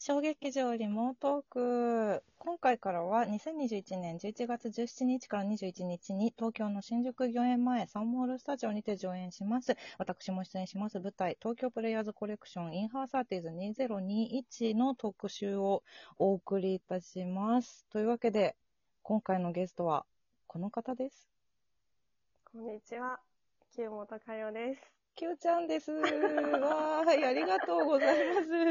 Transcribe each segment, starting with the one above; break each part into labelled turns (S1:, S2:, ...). S1: 小劇場リモートーク。今回からは2021年11月17日から21日に東京の新宿御苑前サンモールスタジオにて上演します。私も出演します舞台、東京プレイヤーズコレクションインハーサーティーズ2021の特集をお送りいたします。というわけで、今回のゲストはこの方です。
S2: こんにちは、清本佳代 です。
S1: きゅうちゃんです。わーい、ありがとうございます。
S2: あ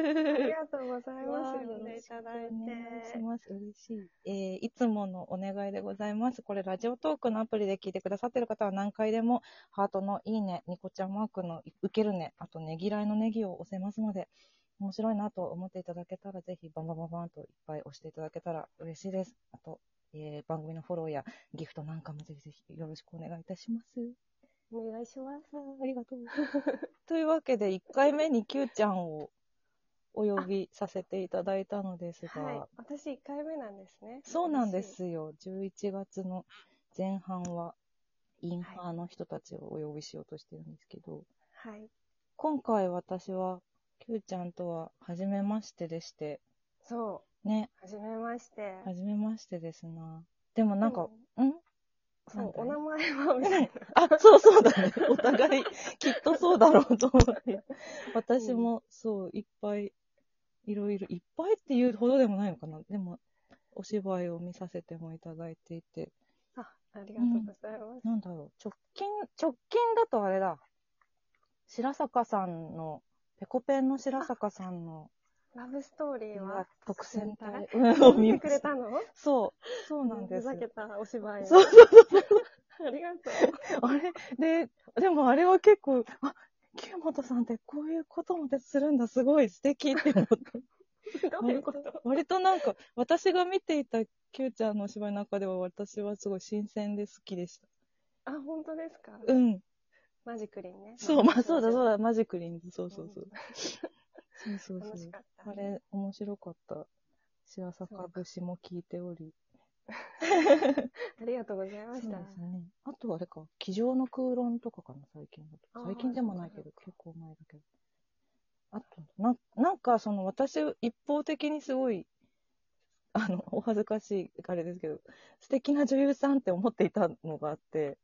S2: りがとうござい
S1: わ
S2: ま
S1: あ
S2: す。呼んでいただいて。
S1: お願いします。嬉しい。えーいつものお願いでございます。これ、ラジオトークのアプリで聞いてくださってる方は何回でも、ハートのいいね、ニコちゃんマークの受けるね、あとねぎらいのネギを押せますので、面白いなと思っていただけたら、ぜひバンバンバンバンといっぱい押していただけたら嬉しいです。あと、えー番組のフォローやギフトなんかもぜひぜひよろしくお願いいたします。
S2: お願いします。
S1: ありがとう。というわけで、1回目に Q ちゃんをお呼びさせていただいたのですが、
S2: はい。私1回目なんですね。
S1: そうなんで。すよ。11月の前半は、インハーの人たちをお呼びしようとしてるんですけど、
S2: はい。
S1: 今回私は、Q ちゃんとは、初めましてでして、
S2: そ
S1: ね、
S2: う。はじめまして。
S1: 初めましてですな。でもなんか
S2: でも、
S1: ん
S2: そう、お
S1: なんだ
S2: 名
S1: い
S2: 前はみ たい
S1: あ、そうそう だね。お互い、きっとそうだろうと思って。私も、そう、いっぱい、いろいろ、いっぱいっていうほどでもないのかな。でも、お芝居を見させてもいただいていて、
S2: な。あ、ありがとうございます。
S1: なんだろう、直近、直近だとあれだ。白坂さんの、ペコペンの白坂さんの、
S2: ラブストーリーは
S1: 特選隊
S2: 見
S1: を見
S2: て
S1: ま
S2: くれ
S1: した
S2: の
S1: そう、そうなんです
S2: ふ。ざけたお芝居を。
S1: そう
S2: そうそう。ありがとう。
S1: あれで、でもあれは結構、あ、清本さんってこういうこともするんだ、すごい素敵って思って。
S2: どういうこと
S1: 割となんか、私が見ていた Q ちゃんのお芝居の中では私はすごい新鮮で好きでした。
S2: あ、本当ですか
S1: うん。
S2: マジクリンね。
S1: そう、まあそうだそう
S2: だ。
S1: だ、マジクリンズ。そうそうそう。そうそう
S2: 楽
S1: そ
S2: し
S1: う
S2: か。った。
S1: あれ、面白かった。白坂節も聞いており。
S2: ありがとうございま
S1: そ
S2: し
S1: う
S2: た。
S1: ですね。あとあれか、机上の空論とかかな、最近だ
S2: あ
S1: と。
S2: ー
S1: 最近でもないけ
S2: そ
S1: ど、結構前だけど。あと、ななんか、その、私、一方的にすごい、あの、お恥ずかしい、あれですけど、素敵な女優さんって思っていたのがあって、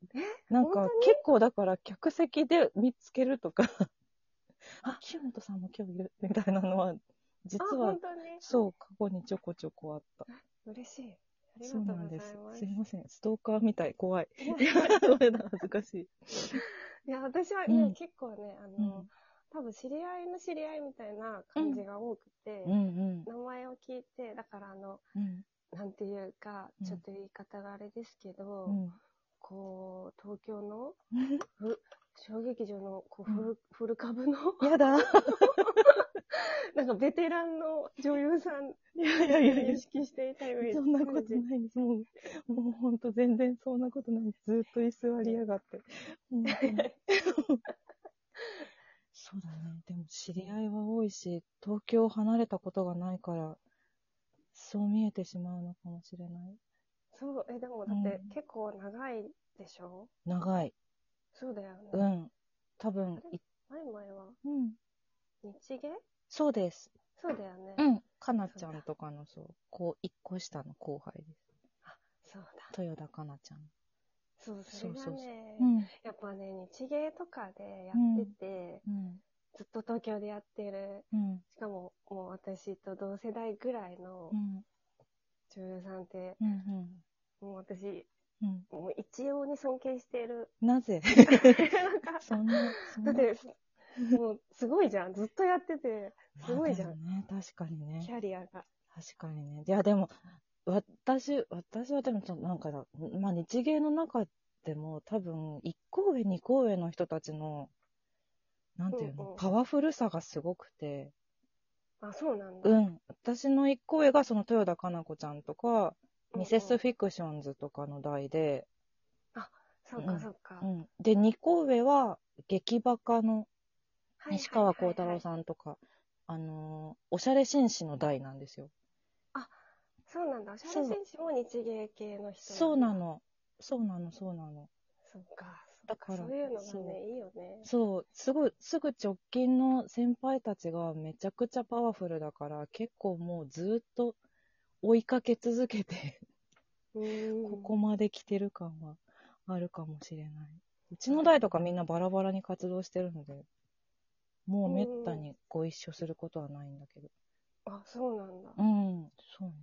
S1: なんか
S2: 本、
S1: 結構だから、客席で見つけるとか、あ、清本さんも今日いる、みたいなのは、
S2: あ、
S1: 実は
S2: 本、当に
S1: そう、過去にちょこちょこあった。
S2: 嬉しい。あり
S1: そ
S2: がと
S1: う
S2: うご
S1: な
S2: ざい
S1: んで
S2: ます
S1: す。。すいません、ストーカーみたい、怖い。 それだ、恥ずかしい。
S2: いや、私は、
S1: うん
S2: いや結構ね、あ
S1: う
S2: の、
S1: ん
S2: 多分知り合いの知り合いみたいな感じが多くて、
S1: うん
S2: 名前を聞いて、だからあの、
S1: うん。
S2: なんていうか
S1: う、ん
S2: ちょっと言い方があれですけど、
S1: うん。
S2: こう、東京の、
S1: うん
S2: ふ小劇場の、こ
S1: う
S2: う、
S1: ん
S2: フル、フル株の、
S1: やだ。
S2: なんかベテランの女優さん、
S1: いやいやいやい
S2: 認
S1: や。
S2: 識していたイメージ。
S1: そんなことないです。もう、もうほんと全然そんなことないです。ずっと居座りやがって。本当にそうだね。でも知り合いは多いし、東京を離れたことがないから、そう見えてしまうのかもしれない。
S2: そう、え、でもだって
S1: うん
S2: 結構長いでしょ
S1: 長い。
S2: そうだよね。
S1: うん。多分、い
S2: 前々は、
S1: うん。
S2: 日芸
S1: そうです。
S2: そうだよね。
S1: うん。かなちゃんとかの、そう、こう、一個下の後輩です。
S2: そうだ。
S1: 豊田かなちゃん。
S2: そう、それがね、
S1: そうそうそうん。
S2: やっぱね、日芸とかでやってて、
S1: うん。
S2: ずっと東京でやってる、
S1: うん。
S2: しかももう私と同世代ぐらいの
S1: うん。
S2: 女優さんって、
S1: うんうん。
S2: もう私、
S1: うん。
S2: もう一様に尊敬して いる。
S1: なぜ
S2: なんか、
S1: そんな、そん
S2: だ
S1: な。
S2: っ、て、もうすごいじゃん。ずっとやってて、すごいじゃん。
S1: ね、確かに
S2: キ
S1: ね。
S2: ャリアが。
S1: 確かにね。いや、でも、私、私はでも、そのなんかだ、まあ、日芸の中でも、多分、1校上、2校上の人たちの、なんていうの、
S2: うんうん
S1: パワフルさがすごくて、
S2: あ、そうなんだ。、
S1: うんん。私の1校上が、その豊田かな子ちゃんとか、ミセスフィクションズとかの代で、
S2: そうか、そうか。
S1: うん、で2個上は劇バカの
S2: はい
S1: 西川幸太
S2: は
S1: 郎
S2: いはいはい
S1: さんとか、あのーおしゃれ紳士の代なんですよ
S2: そうなんだ。おしゃれ選手も日芸系の人
S1: そうな
S2: の。
S1: のそうなのそうなの
S2: そうか、
S1: だから、
S2: そういうのが
S1: そう
S2: ね、いいよね。
S1: そう、すごい、すぐ直近の先輩たちがめちゃくちゃパワフルだから、結構もうずっと追いかけ続けて、
S2: うん
S1: ここまで来てる感はあるかもしれない。うちの代とかみんなバラバラに活動してるので、もうめったにご一緒することはないんだけど。
S2: あ、そうなんだ。
S1: うん、そうね。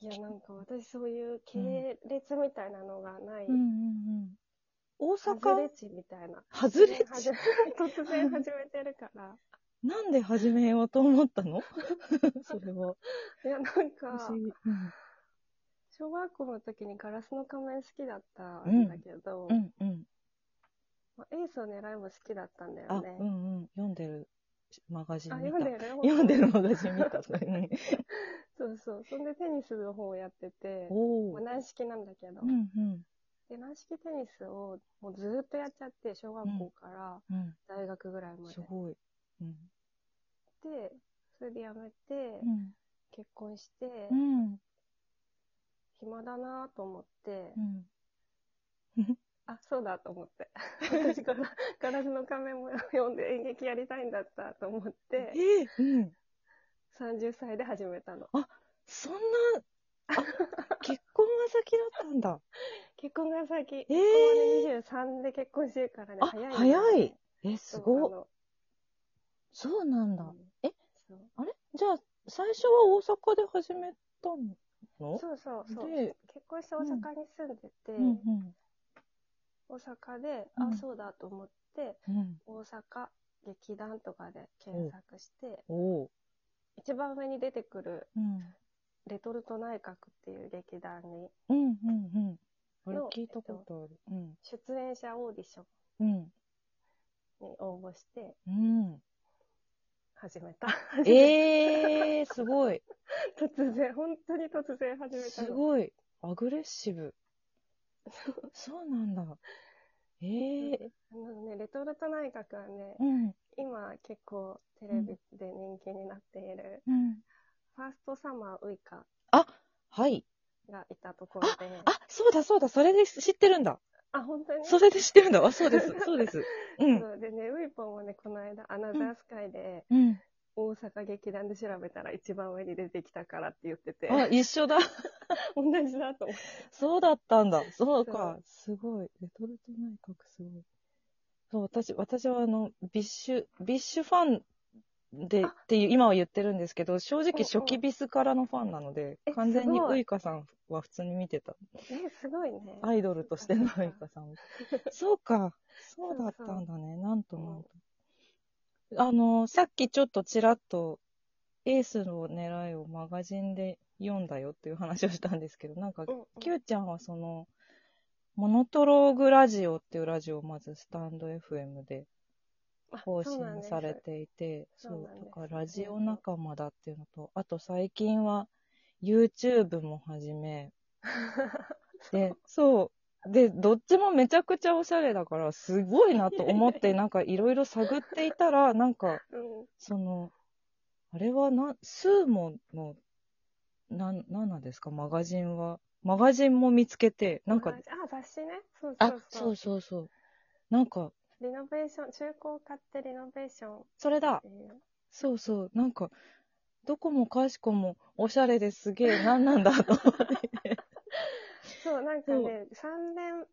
S2: いや、なんか私そういう系列みたいなのがない。
S1: うんうんうん。大
S2: ハズ
S1: 阪
S2: レ値みたいな。
S1: ハズレ
S2: はじ
S1: ッ
S2: め突然始めてるから。
S1: なんで始めようと思ったの それは。
S2: いや、なん
S1: 不
S2: か
S1: 思、議うん
S2: 小学校の時にガラスの仮面好きだったんだけど、
S1: うんうん。
S2: まあエースを狙いも好きだったんだ
S1: あ、
S2: よね。
S1: うんうん。読んでるマガジ
S2: あ
S1: ン見た。
S2: 読んでる
S1: 読んでるマガジン見 た。うん
S2: そうそう。そんでテニスの方をやってて、
S1: お
S2: ま
S1: お
S2: あ。軟式なんだけど、
S1: うんうん
S2: で軟式テニスをもうずーっとやっちゃって、小学校から
S1: うん。
S2: 大学ぐらいまで。
S1: すごい。うん
S2: で、それでやめて、
S1: うん
S2: 結婚して、
S1: うん
S2: 暇だなと思って、
S1: うん。
S2: あ、そうだと思って。私ガラ、ガラスの 仮面も読んで演劇やりたいんだったと思っ
S1: え
S2: て、
S1: ーうん。
S2: 30歳で始めたの。
S1: そんな、あ結婚が先だったんだ。
S2: 結婚が先。え
S1: え
S2: 結婚はね23で結婚してるからね、
S1: あ、
S2: 早いんだよね、
S1: 早い。え、 すご
S2: い
S1: っ。。そうなん
S2: あ
S1: だ
S2: の。
S1: え
S2: そう
S1: あれじゃあ、最初は大阪で始めたの
S2: そうそうそう。
S1: で
S2: 結婚して大阪に住んでて、
S1: うんうん
S2: 大阪で、
S1: うん
S2: あ、そうだと思って、
S1: うん。
S2: 大阪劇団とかで検索して、
S1: おお。
S2: 一番上に出てくる
S1: うん。
S2: レトルト内閣っていう劇団に
S1: うんうんうん。あれ
S2: の
S1: 聞いたことある。うん。
S2: 出演者オーディショ
S1: うん。
S2: ンに応募して
S1: うん。
S2: 始めた。
S1: ええー、すごい。
S2: 突然、本当に突然始めた
S1: す
S2: の。
S1: ごい。アグレッシブ。そうなんだ。ええー、
S2: あのね、レトルト内閣はね、
S1: うん。
S2: 今結構テレビで人気になっている、
S1: うん。
S2: ファーストサマーウイカ
S1: はい。
S2: がいたところで、
S1: あ、そうだそうだ。それで知ってるんだ。
S2: あ本当に
S1: それで知ってるんだわ。そう です。そうです。うん。
S2: そうでね、ウイポンもね、この間、アナザースカイで、
S1: うん。
S2: 大阪劇団で調べたら一番上に出てきたからって言ってて、
S1: あ、一緒だ。
S2: 同じだと思って。
S1: そうだったんだ。そう
S2: そ
S1: か。すごい。レトルト内閣すごい。そう、私、私はあの、ビッシュ、ビッシュファンで
S2: あ
S1: っていう、今は言ってるんですけど、正直
S2: うんうん
S1: 初期ビスからのファンなので
S2: え、
S1: 完全に
S2: すごい
S1: ウイカさんは普通に見てた。
S2: え、すごいね。
S1: アイドルとしてのウイ
S2: そうか
S1: カさ んを。そうか。
S2: そ
S1: そううだったんだね。なんとなんと。あの、さっきちょっとちらっと、エースの狙いをマガジンで読んだよっていう話をしたんですけど、なんか
S2: うんうん
S1: Q ちゃんはその、モノトローグラジオっていうラジオをまずスタンド FM で
S2: あ
S1: 更
S2: そう
S1: 新
S2: なんです
S1: されていて、
S2: そうなん
S1: そ
S2: です
S1: う、とかラジオ仲間だっていうのと、あと最近は YouTube も始め、で、 そう。で、どっちもめちゃくちゃおしゃれだから、すごいなと思 って、なんかいろいろ探っていたら、なんか、
S2: うん。
S1: その、あれはな、スーモの、なん、なんなんですか、マガジンは。マガジンも見つけて、なんか
S2: 同、じあ、雑誌ね。そうそ
S1: あ
S2: う、そう。
S1: そうそうそう。なんか、
S2: リノベーション、中古を買ってリノベーションっ
S1: それだ
S2: ていう。
S1: そうそう、なんか、どこもかしこもおしゃれですげえ、なんなんだと思 って。
S2: そう、なんかね、3年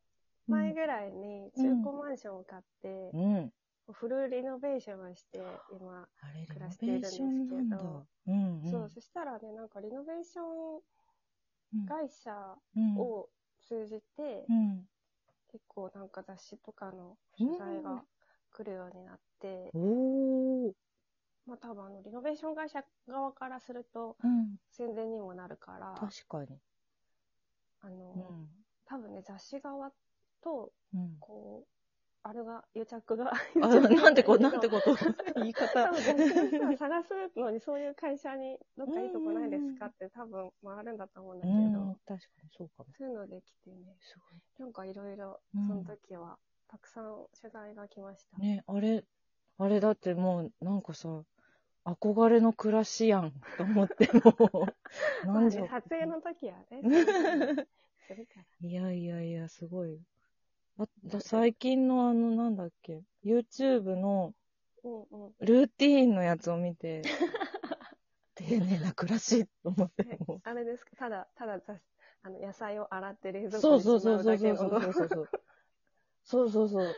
S2: 前ぐらいに中古マンションを買って、
S1: うん。
S2: フルリノベーションをして、今。
S1: あれ、リ
S2: 暮
S1: ノ
S2: らして
S1: ベ
S2: いるん
S1: ー
S2: です
S1: シ
S2: け
S1: ョ
S2: ど
S1: ンなんだ。うん、うん。
S2: そう、そしたらね、なんかリノベーション会社
S1: うん、
S2: を通じて、
S1: うん。
S2: 結構なんか雑誌とかの取材が来るようになって、
S1: おー。
S2: まあ多分あの、リノベーション会社側からすると
S1: うん。
S2: 宣伝にもなるから、
S1: 確かに。
S2: あ
S1: う
S2: の、
S1: ん。
S2: 多分ね、雑誌側と、
S1: うん。
S2: こう、あれが、癒着が、
S1: あ、
S2: 癒着が
S1: なんてこ、なんてこと。言い
S2: 多
S1: 方。
S2: 分雑誌の人は探すのにそういう会社にどっかいいとこないですかって多分回るんだと思うんだ
S1: う
S2: けど、
S1: ん、確かにそうかも。
S2: そういうので来てね、
S1: す
S2: なんかいろいろ、
S1: うん
S2: その時は、たくさん取材が来ました。
S1: ごい。ね、あれ、あれだってもう、なんかさ、憧れの暮らしやん、と思 って、もう。
S2: まあね
S1: 何時
S2: 撮影の時はね、するから。
S1: いやいやいや、すごい。あと最近のあの、なんだっけ、YouTube の
S2: うんうん。
S1: ルーティーンのやつを見 て、丁寧な暮らしと思って
S2: え、
S1: も
S2: あれですかただ、ただ雑あの、野菜を洗って冷
S1: う。
S2: 蔵
S1: そ
S2: 庫
S1: う
S2: にし
S1: そうそ
S2: ま
S1: うそ
S2: う
S1: うそ
S2: だけ
S1: うそう
S2: の。
S1: そうそう。そうそうそう。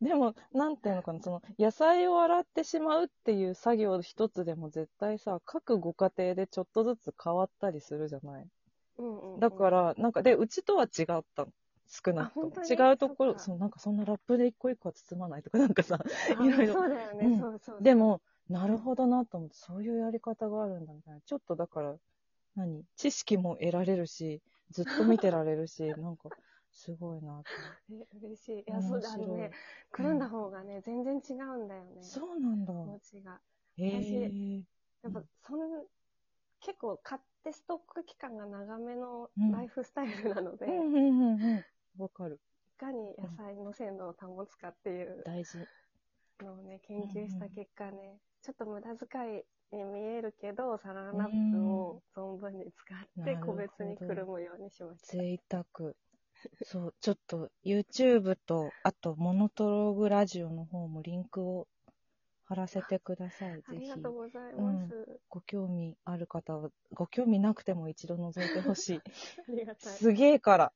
S1: でも、なんていうのかな、その、野菜を洗ってしまうっていう作業一つでも絶対さ、各ご家庭でちょっとずつ変わったりするじゃない
S2: うんうん。、
S1: だからら、なんか、で、うちとは違ったの。少なくと
S2: あ本当に
S1: も。違うとこ
S2: そっ
S1: ろ、
S2: か
S1: そう、なんかそんなラップで一個一個は包まないとか、なんかさ、
S2: あ
S1: いろいろ
S2: そうだよね、
S1: うん
S2: そうそうそう。
S1: で、も、なるほどなと思って、そういうやり方があるんだみたいな。ちょっとだから、何知識も得られるし、ずっと見てられるし、なんか、すごいなと思って。
S2: え嬉しい。いや、そうだ、あの
S1: 面
S2: ね、くるんだ方がね、全然違うんだよね。
S1: 白いそうなんだ。
S2: お餅が。
S1: へえ。
S2: やっぱ、そん、結構買ってストック期間が長めの
S1: うん
S2: ライフスタイルなので、
S1: うん
S2: い
S1: うんうんうん。わかる。
S2: かに野菜の鮮度を保つかっていう
S1: 大事。
S2: のをね、研究した結果ね、ちょっと無駄遣いに見えるけど、サランラップを存分に使って
S1: うん
S2: 個別に
S1: なるほど
S2: くるむようにしました。
S1: 贅沢。そう、ちょっと YouTube と、あとモノトログラジオの方もリンクを貼らせてください。
S2: あ
S1: ぜ
S2: り
S1: ひ
S2: が。とうございます。
S1: ご興味ある方は、ご興味なくても一度覗いてほしい。
S2: ありがたい。
S1: すげえから。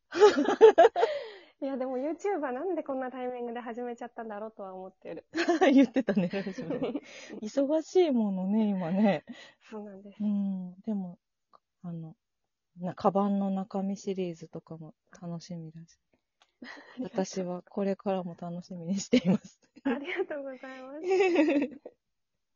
S2: いや、でも YouTuber なんでこんなタイミングで始めちゃったんだろうとは思ってる。
S1: 言ってたね、ラジオで 忙しいものね、今ね。
S2: そうなんです
S1: う。ん、でも、あの、な、カバンの中身シリーズとかも楽しみだ し。私はこれからも楽しみにしてい ます。
S2: ありがとうございます。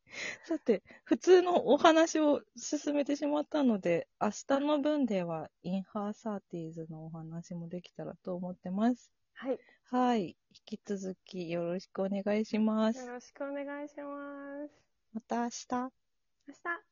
S1: さて、普通のお話を進めてしまったので、明日の分では、インハーサーティーズのお話もできたらと思ってます。
S2: はい。よ
S1: はい。引き続きよろしくお願いします。
S2: ろしくお願いします。
S1: また明日。
S2: 明日。